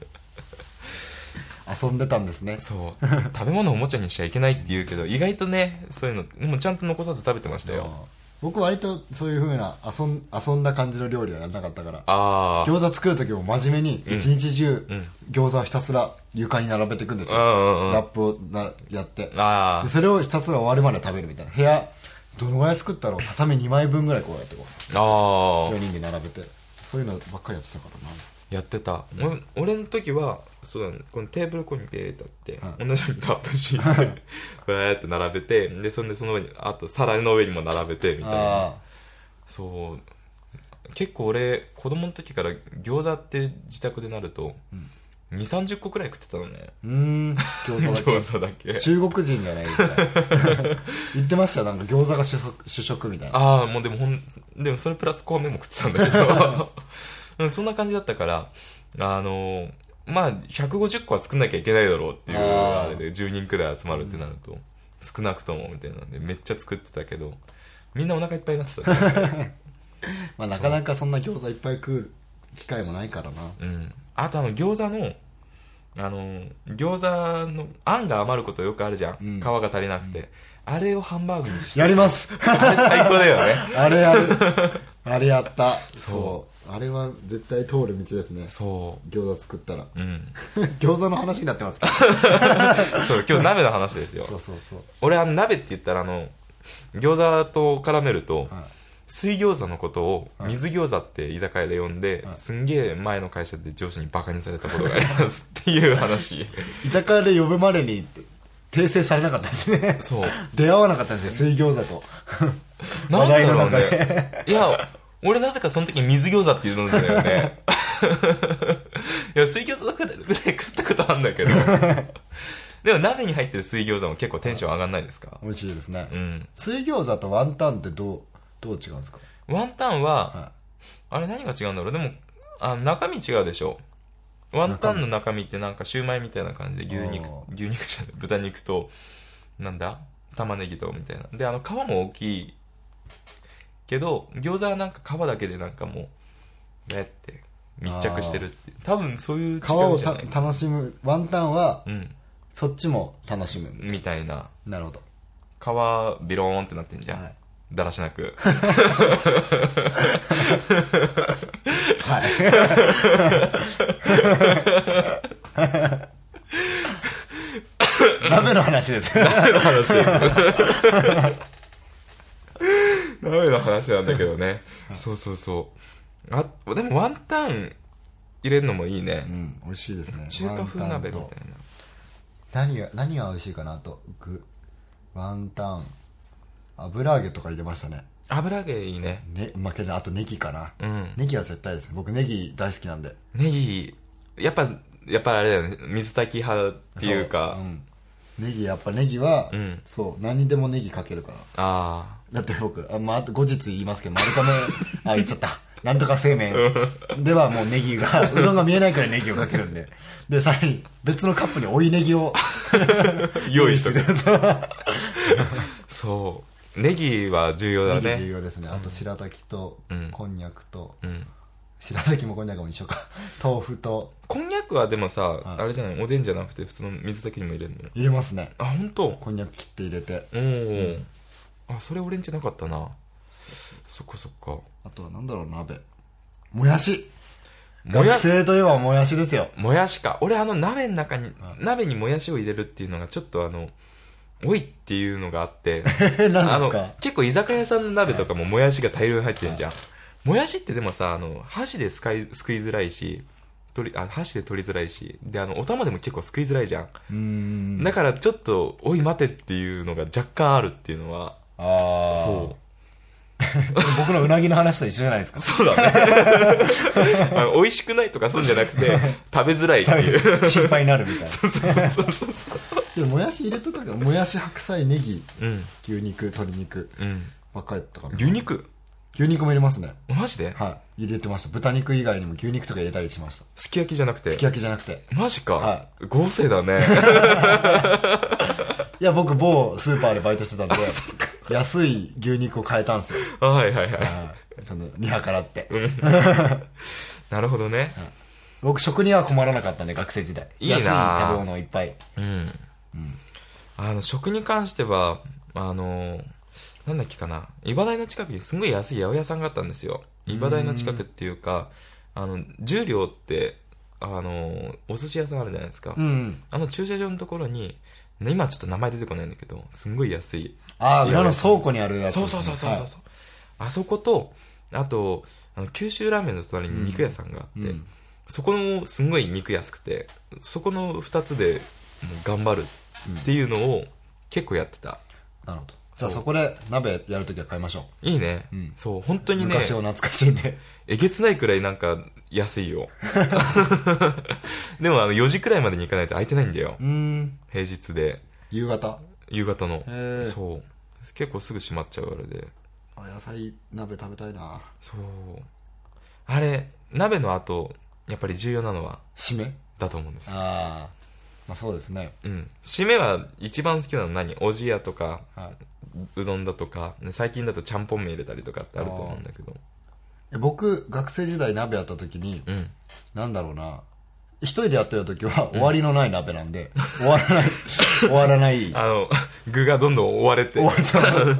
遊んでたんですね
[laughs] そう。食べ物をおもちゃにしちゃいけないって言うけど、意外とね、そういうの、でもちゃんと残さず食べてました
あ
よ。
ー僕割とそういうふうな遊ん遊んだ感じの料理はやらなかったから
ああ。
餃子作る時も真面目に一日中
うん
餃子をひたすら床に並べていくんです
う
よ、
んうんう
ラッ
ん。
プをなやって
あ
で
あ。
それをひたすら終わるまで食べるみたいな部屋どのぐらい作ったろう畳2枚分ぐらいこうやってこう
ああ
4。人で並べてそういうのばっかりやってたからな
やってた、俺俺の時はそうだ、ね、このテーブルここにベーってあって、
う
同じようにラップ敷いてわ
[laughs]
ーって並べてでそんでその上にあと皿の上にも並べてみたいな
あ
そう結構俺子供の時から餃子って自宅でなると、2三3 0個くらい食ってたのね
あうーん [laughs] 餃子だ
[laughs] 餃子だけ
け中国人じゃない [laughs] ですか言ってましたよなんか餃子が主食主食みたいな
ああもうでもほんでもそれプラス米も食ってたんだけど
[laughs]
うんそんな感じだったからあのまあ150個は作んなきゃいけないだろうっていうあ
あー
れで10人くらい集まるってなると、少なくともみたいなんでめっちゃ作ってたけどみんなお腹いっぱいになってたね、
[laughs] まあ、なかなかそんな餃子いっぱい食う機会もないからな
うん、あとあの餃子のあの餃子のあんが余ることよくあるじゃん、
ん
皮が足りなくて、あれをハンバーグにして
やり [laughs] ます
あれ最高だよ
[laughs]
ね
あれやるあれやったそうあれは絶対通る道ですね
そ
餃子作ったら [laughs]
ううん
餃子の話になってますから
そう今日鍋の話ですよ
そうそうそう
俺あの鍋って言ったらあの餃子と絡めると、
はい
水餃子のことを
はい
水餃子って居酒屋で呼んで、
はい
すんげえ前の会社で上司にバカにされたことがありますっていう話
居酒屋で呼ぶまでに訂正されなかったですね
そう
出会わなかったんですよ水餃子と
なんでだろう
[laughs] 話題の中
ねいや俺なぜかその時水餃子って言うんだよ
[laughs]
ねいや水餃子ぐらいぐらい食ったことあるんだ
[laughs]
けどでも鍋に入ってる水餃子も結構テンション上がんないですか
美味しいですね、
うん
水餃子とワンタンってどうどう違うんですか
ワンタンは、
は
あれ何が違うんだろうでも、あ中身違うでしょワンタンの中身ってなんかシューマイみたいな感じで牛肉
あー
牛肉じゃない豚肉となんだ玉ねぎとみたいなであの皮も大きいけど餃子はなんか皮だけでなんかもうねって密着してるって多分そういう違
皮
う
を
んじゃ
た
ない
楽しむワンタンは
うん
そっちも楽しむ、
みたいな
なるほど
皮ビローンってなってんじゃん、
はい
だらしなく
はい
[laughs]
[laughs] 鍋の話です
鍋の [laughs] 話鍋の話なんだけどねそうそうそうあでもワンタン入れるのもいいね、
うん美味しいですね
中華風鍋みたい
ワンタンと何が何が美味しいかなと具ワンタン油揚げとか入れましたね
な油揚げいいね
ね負けないあとネギかな、
うん
ネギは絶対ですね僕ネギ大好きなんで
ネギやっぱやっぱあれだよね水炊き派っていうか
そんネギやっぱネギは、
うん
そう何にでもネギかけるから
あ
だって僕あ,、まあ、あと後日言いますけど丸亀あ言っちゃ
[laughs]
ったなんとか製麺ではもうネギがうどんが見えないくらいネギをかけるんででさらに別のカップに追いネギを
あ用意しとく
そう
そうネギは重要だ
ネギ重
ね
要ですねあと白滝と、
うん
こんにゃくと、
うん
白滝もこんにゃくも一緒か [laughs] 豆腐と
こんにゃくはでもさ、あれじゃないおでんじゃなくて普通の水炊きにも入れるの
入れますね
あ本当。
こんにゃく切って入れて
おお、あそれ俺んちなかったなそっかそっか
あとはなんだろう鍋もやし
もや
学生といえばもやしですよ [laughs]
もやしか俺あの鍋の中に、鍋にもやしを入れるっていうのがちょっとあのおいっていうのがあって
[laughs] 何
あ
です
の
か
結構居酒屋さんの鍋とかももやしが大量に入ってるじゃん、もやしってでもさあの箸ですかいすくいづらいし取りあ箸で取りづらいしであのお玉でも結構すくいづらいじゃん、
うーん
だからちょっとおい待てっていうのが若干あるっていうのは
ああ
そう
僕のうなぎの話と一緒じゃないですか
そうだ
[laughs]
ね。あの美味しくないとかするんじゃなくて、食べづらいっていう。
[laughs] 心配になるみたいな
そうそうそうそうそう。
でももやし入れてたからもやし白菜ネギ
うん。
牛肉鶏肉
うん。
ばっかりだったから
牛肉
牛肉も入れますね
マジで
はい入れてました豚肉以外にも牛肉とか入れたりしました
すき焼きじゃなくて
すき。焼きじゃなくて
マジか、
は
合成だ
[laughs]
ね。
いや僕某スーパーでバイトしてたんで安い牛肉を買えたんですよ
はいはいは
はいその見計らって [laughs]
い。なるほどね。
僕食には困らなかったんで学生時代
いいな
安い食べ物をいっぱい
うん。あの、食に関しては、あの、なんだっけかな。茨台の近くにすんごい安い八百屋さんがあったんですよ。茨台の近くっていうか、あの、十両って、あの、お寿司屋さんあるじゃないですか。
うん
あの駐車場のところに、ね今ちょっと名前出てこないんだけど、すんごい安い。
ああ裏の倉庫にあるやつ
そうそうそうそうそう。
はい
あそこと、あと、あの九州ラーメンの隣に肉屋さんがあって、
うん
そこのすんごい肉安くて、そこの2つでもう頑張るっていうのを結構やってた。
なるほどじゃあそこで鍋やるときは買いましょ
いいね。
うん
そう、本当
う
にね、
昔を懐かしいんで
えげつないくらいなんか安い
[laughs]
よ。でもあの4時くらいまでに行かないと空いてないんだよ
う。ーん
平日で、
夕方
夕方の。
へー
そう。結構すぐ閉まっちゃうあれで。
あ野菜鍋食べたいな
そう。あれ、鍋の後、やっぱり重要なのは、
締め
だと思うんです。
ああまあそうですね
うん。締めは一番好きなの何おじやとか、
は
うどんだとか、ね最近だとちゃんぽん麺入れたりとかってあると思うんだけど。
い僕学生時代鍋やった時に、
うん。
なんだろうな一人でやってる時は終わりのない鍋なんで、終わらない終わらない
あの、 [laughs] 具がどんどん追われて、
終わ
中
っちゃう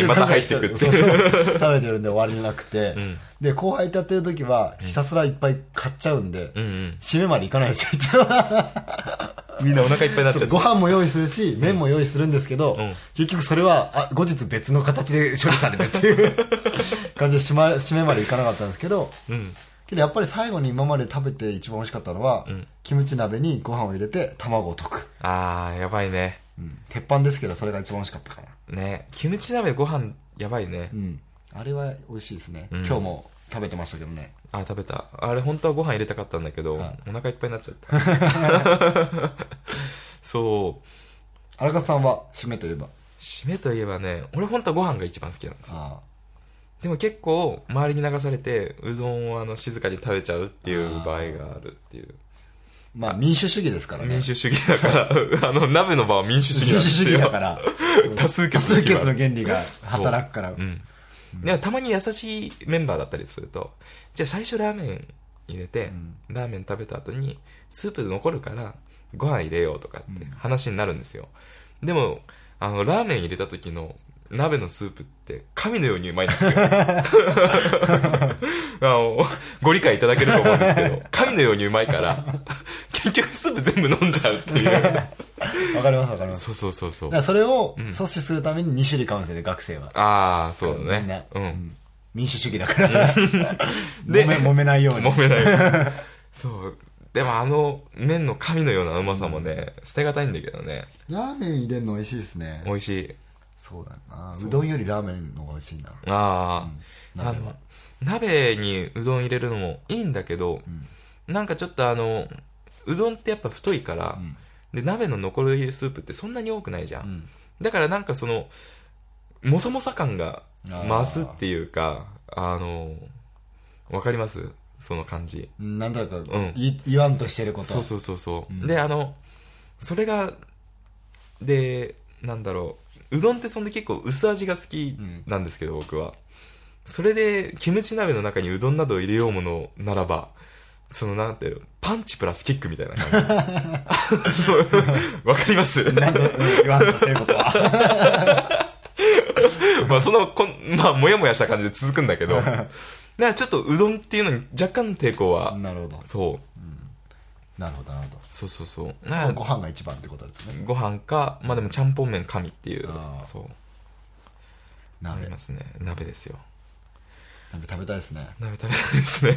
にまた入ってくっていう。
そうそう食べてるんで終わりなくて、で後輩とやってる時はひたすらいっぱい買っちゃうんで、
[laughs] うんうん。
締めまでいかないですよ一応
[laughs] みんなお腹いっぱいになっちゃ
そう
っ
ご
て。
飯も用意するし、麺も用意するんですけど、
ん
結局それはあ後日別の形で処理されるっていう [laughs] 感じで締,、ま、締めまでいかなかったんですけど、
うん。
けどやっぱり最後に今まで食べて一番美味しかったのは、キムチ鍋にご飯を入れて卵を溶く、
あー、やばいね。
うん鉄板ですけどそれが一番美味しかったから、
ね。キムチ鍋ご飯、やばいね。
うん、あれは美味しいですね、
ん
今日も食べてましたけどね
あ、食べた。あれ、本当はご飯入れたかったんだけど、
はい
お腹いっぱいになっちゃった。
[laughs]
そう。
荒川さんは締めといえば
締めといえばね、俺本当はご飯が一番好きなんですよ。
あ
でも結構周りに流されてうどんをあの静かに食べちゃうっていう場合があるっていう
まあ民主主義ですからね。
民主主義だから [laughs] あの鍋の場は民主主義なんで
民主主
す
義
よ
だから。
[laughs] 多数
多
決
数
の日は
決の原理が働くから。
うん、でもたまに優しいメンバーだったりするとじゃあ最初ラーメン入れて、
ん
ラーメン食べた後にスープ残るからご飯入れようとかって話になるんですよ、でもあのラーメン入れた時の鍋のスープって神のようにうまいんです
[laughs]
よあのご理解いただけると思うんですけど神のようにうまいから結局スープ全部飲んじゃうって
[laughs]
いう
わかりますわかりま
そ
す。
うそうそうそう
だからそれを
ん
阻止するために2種類買うんですよね、学生は。
ああそうだ
みんな
ねうん
民主主義だから。
で
[laughs] 揉め、揉めないように。
揉め
[laughs]
ないそうでもあの麺の神のようなうまさもね、捨てがたいんだけどね
ラーメン入れるの美味しいですね。
美味しい
そうだな。うどんよりラーメンの方が美味しいんだ。
ああ、あ
鍋は
の鍋にうどん入れるのもいいんだけど、なんかちょっとあのうどんってやっぱ太いから、
ん
で鍋の残るスープってそんなに多くないじゃん、
ん
だからなんかそのもさもさ感が増すっていうかあのわかりますその感じ
うんなんだか
ん
い言わんとしてること。
そうそうそうそう、であのそれがでなんだろううどんってそんで結構薄味が好きなんですけど、僕はそれでキムチ鍋の中にうどんなどを入れようものならばそのなんていうのパンチプラスキックみたいな感じ [laughs] あのわかります
なんだうん言わんとしてること
[laughs]
は。
まあそのこんまあもやもやした感じで続くんだけど [laughs] だからちょっとうどんっていうのに若干の抵抗は、
なるほど。
そう
なるほど、なるほ
そうそうそう
ど。ご飯が一番ってことですね。
ご飯か、まあでもちゃんぽん麺神っていう
あ、ー
そう、あ
鍋
り。ますね。鍋ですよ。
鍋食べたいですね。
鍋食べたいですね。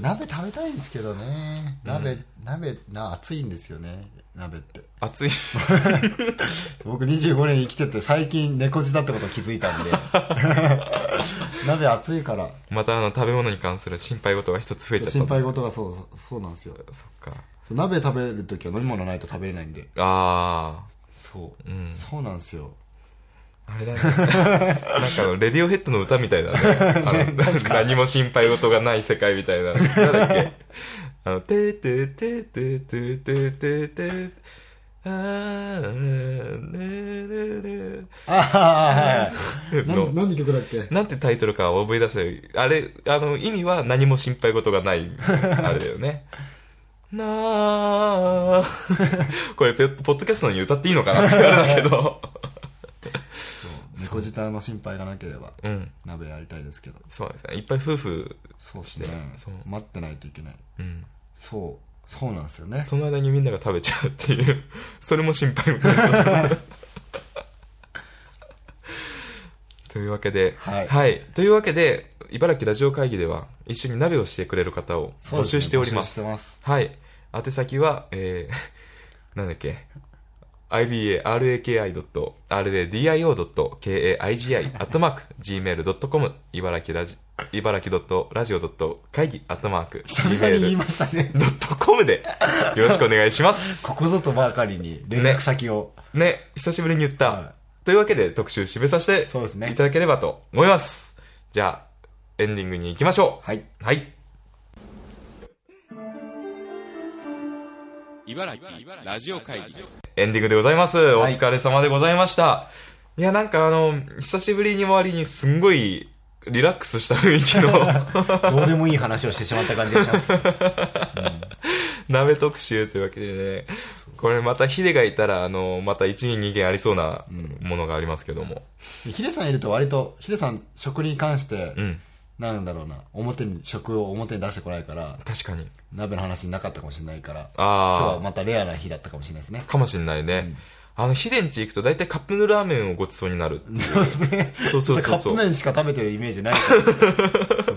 鍋食べたいんですけどね。鍋、鍋、な、暑いんですよね。鍋って。 [laughs]
暑い。
僕25年生きてて最近猫舌ってこと気づいた
[laughs]
んで [laughs] 鍋熱いから
またあの、食べ物に関する心配事が一つ増えちゃったん
心
です。
配事がそうそうなんですよ
そっか。
そう鍋食べるときは飲み物ないと食べれないんで
あ
そう、
ー。うん。
そうなんで
[laughs]
すよ
あ
[laughs]
れだね。なんかあの、レディオヘッドの歌みたいだね。あの、何も心配事がない世界みたいな。なんだっ
[laughs]
け。あの、てーてーてーてーてーてーてーてーあーねーねーねー
ああはい
の
な何の曲だっけ
なんてタイトルかは覚え出せないあれ、あの、意味は何も心配事が
[laughs]
ない、あれだよね。なあ [laughs] これペッ、ポッドキャストに歌っていいのかなって言われだけ
[laughs]
ど。
猫舌の心配がなければ
うん。
鍋やりたいですけど
そうですね。いっぱい夫婦、
そうですね
してそう
待ってないといけない
うん。
そうそうなんですよね
その間にみんなが食べちゃうって
[laughs]
いう。それも心配事というわけで、
はい
というわけで、茨城ラジオ会議では、一緒に鍋をしてくれる方を
そう
募
ですね
集しております
募集。してます
はい。宛先は、えー、 [laughs] なんだっけ。ibaraki.radio.kaigi アットマーク gmail.com 茨城ラジ、茨城 .radio. 会議アットマーク
久々に言いま
gmail.com
した
[laughs]
ね
でよろしくお願いします。
ここぞとばかりに連絡先を、
ね、久しぶりに言った。
は
というわけで特集締めさせて
そうですね
いただければと思います。じゃあ、エンディングに行きましょう。
はい
はい。
茨城ラジオ会議
エンディングでございます。お
はい
疲れ様でございました。い、や、なんかあの、久しぶりに周りにすんごいリラックスした雰囲気の
どうでもいい話をしてしまった感じがします
[laughs] 鍋特集というわけでね、これまたヒデがいたら、あの、また1、2件ありそうなものがありますけども。
ヒデさんいると割と、ヒデさん食に関して、
うん。
なんだろうな、表に、食を表に出してこないから、
確かに。
鍋の話なかったかもしれないから、今日
あ
は
あ、
またレアな日だったかもしれないですね。
かもしんないね。あの、ヒデんち行くと大体カップヌーラーメンをごちそうになる。そうそうそう
カッ
そ
プ
う。
麺しか食べてるイメージないから。そう。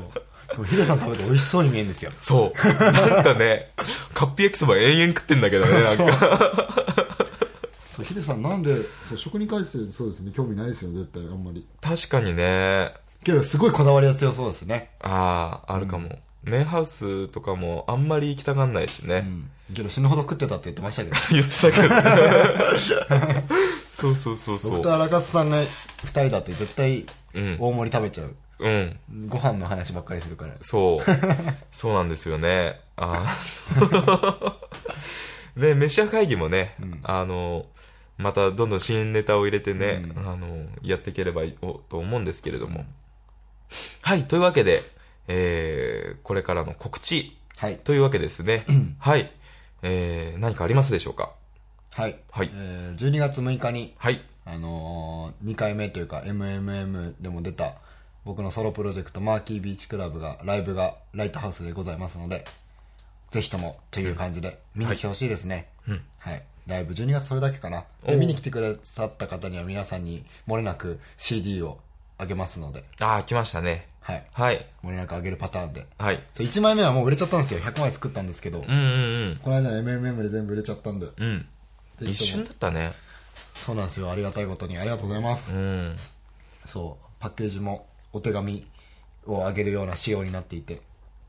でもヒデさん食べて美味しそうに見えるんですよ。
そう。なんかね、カップ焼きそば延々食ってんだけどね、なんか。
そうヒデさんなんでそう食に関してそうですね興味ないですよ絶対あんまり
確かにね。
けどすごいこだわりが強そうですね。
ああ、あるかも。ネイハウスとかもあんまり行きたがんないしね。
うん。けど死ぬほど食ってたって言ってましたけど。
言ってたけどね。そうそうそうそ
僕
う
と。荒勝さんが二人だって絶対
うん
大盛り食べちゃう。
うん。
ご飯の話ばっかりするから。
[laughs] そう。そうなんですよね。あー [laughs] ね、メシア会議もね、あの、またどんどん新ネタを入れてね、あの、やっていければいいおと思うんですけれども。はい、というわけで、えー、これからの告知
はい。
というわけですね。はい。えー、何かありますでしょうか
はい。
はい
えー12月6日に、
はい。
あのー、2回目というか、MMM でも出た、僕のソロプロジェクト、マーキービーチクラブが、ライブが、ライトハウスでございますので、ぜひとも、という感じで、見に来てほしいですね。はい。ライブ12月それだけかな。
お
で、
う
見に来てくださった方には皆さんに、漏れなく CD をあげますので、
あー、来ましたね。
はい。
はい。
漏れなくあげるパターンで。
はい。
そう、1枚目はもう売れちゃったんですよ。100枚作ったんですけど、
うんうん
この間 MMM で全部入れちゃったんで、
うん。うん。一瞬だったね。
そうなんですよ。ありがたいことに、ありがとうございます。
うん。
そうパッケージもお手紙をあげるような仕様になっていて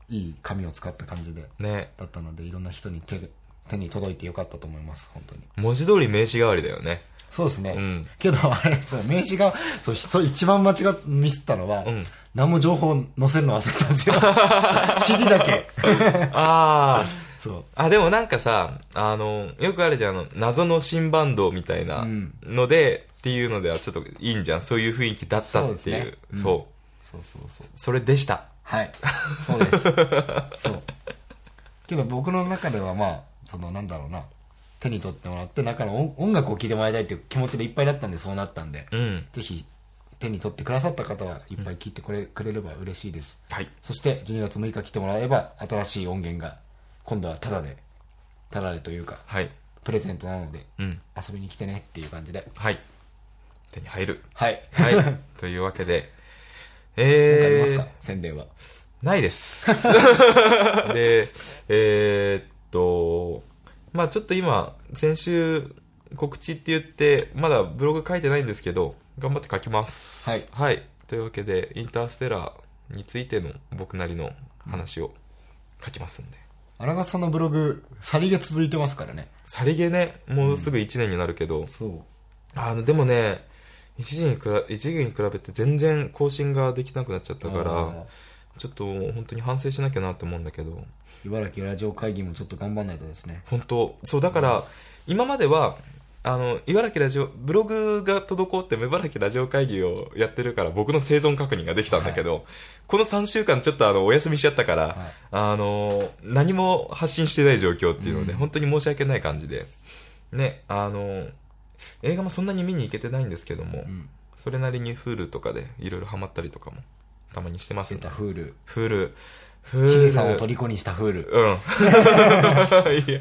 いい紙を使った感じで
ね。
だったのでいろんな人に手で手に届いてよかったと思います本当に
文字通り名刺代わりだよ
[laughs]
ね。
そうですね、
ん
けどあれそう名刺がそうひそう一番間違っミスったのは、何も情報載せるの忘れたんですよ [laughs] CD だけ
ああ。
そう
あ、でもなんかさ、あの、よくあるじゃん、あの、謎の新バンドみたいなので、っていうのではちょっといいんじゃん。そういう雰囲気だったっていう。そう
そうですねそうそうそう
それでした。
はいそうですそうけど僕の中ではまあそのなんだろうな手に取ってもらって中の音音楽を聴いてもらいたいっていう気持ちでいっぱいだったんでそうなったんで、
うん。
ぜひ手に取ってくださった方はいっぱい聴いてくれ,、くれれば嬉しいです
はい。
そして12月6日来てもらえば新しい音源が今度はタダでタダでというか
はい。
プレゼントなので、
うん。
遊びに来てねっていう感じで
はい。手に入
[laughs]
る。
はい
はい。というわけで。
何かあり
え
ます
ー、
か、宣伝は
ない
[laughs]
です。で、えーっと、まあちょっと今、先週告知って言って、まだブログ書いてないんですけど、頑張って書きます。
はい
はい。というわけで、インターステラーについての僕なりの話を書きますんで。
荒川さんのブログさりげ続いてますからね
さりげね、もうすぐ1年になるけど、
そう
あの、でもね、一時にくら、一時に比べて全然更新ができなくなっちゃったか
あ
ら
ー、
ちょっと本当に反省しなきゃなと思うんだけど、
茨城ラジオ会議もちょっと頑張んないとですね
本当そうだから今まではあの茨城ラジオブログが滞って茨城ラジオ会議をやってるから僕の生存確認ができたんだけど、この3週間ちょっとあのお休みしちゃったから、あの何も発信してない状況っていうので、本当に申し訳ない感じでねあの映画もそんなに見に行けてないんですけども、それなりに Hulu とかでいろいろハマったりとかもたまにしてます
出
ね
たフール
Hulu
ヒ
Hulu
デさんを虜にしたフール
うん。いや、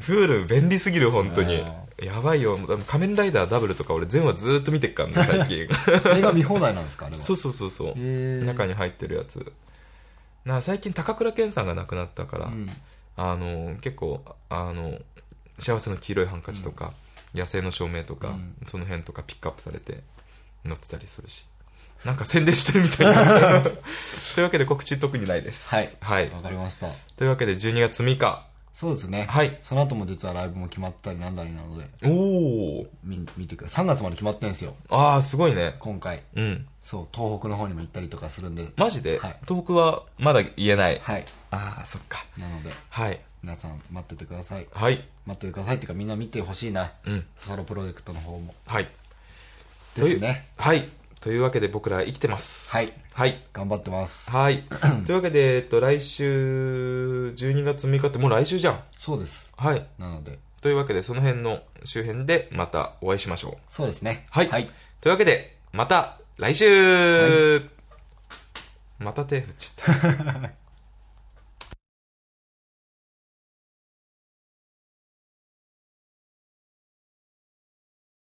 フール便利すぎる、本当に。やばいよ。でも仮面ライダーダブルとか俺全話ずーっと見てっからね、最
[laughs]
近。
映画見放題なんですかあれ
[laughs]
は
そうそうそうそう。中に入ってるやつ。なあ最近高倉健さんが亡くなったから、あの、結構、あの、幸せの黄色いハンカチとか、野生の照明とか、その辺とかピックアップされて載ってたりするし。なんか宣伝してるみたい
[laughs]
な。というわけで告知特にないです。
はい
はい
わ。かりました
というわけで12月6日。
そうですね
はい
その後も実はライブも決まったりなんだりなので
おお
見見てください3月まで決まってんすよ
ああすごいね
今回
うん
そう東北の方にも行ったりとかするんで
マジで、
はい
東北はまだ言えない、
はい
ああそっか
なので
はい
皆さん待っててください
はい
待っててくださいっていうかみんな見てほしいな
うん
ソロプロジェクトの方も
はいと
で
い
す
う
ね
はいというわけで僕ら生きてます
はい
はい
頑張ってます
はいというわけで、えっと、来週12月6日ってもう来週じゃん
そうです
はい
なので
というわけでその辺の周辺でまたお会いしましょう
そうですね
はい、
はい
というわけでまた来週、また手振っちゃった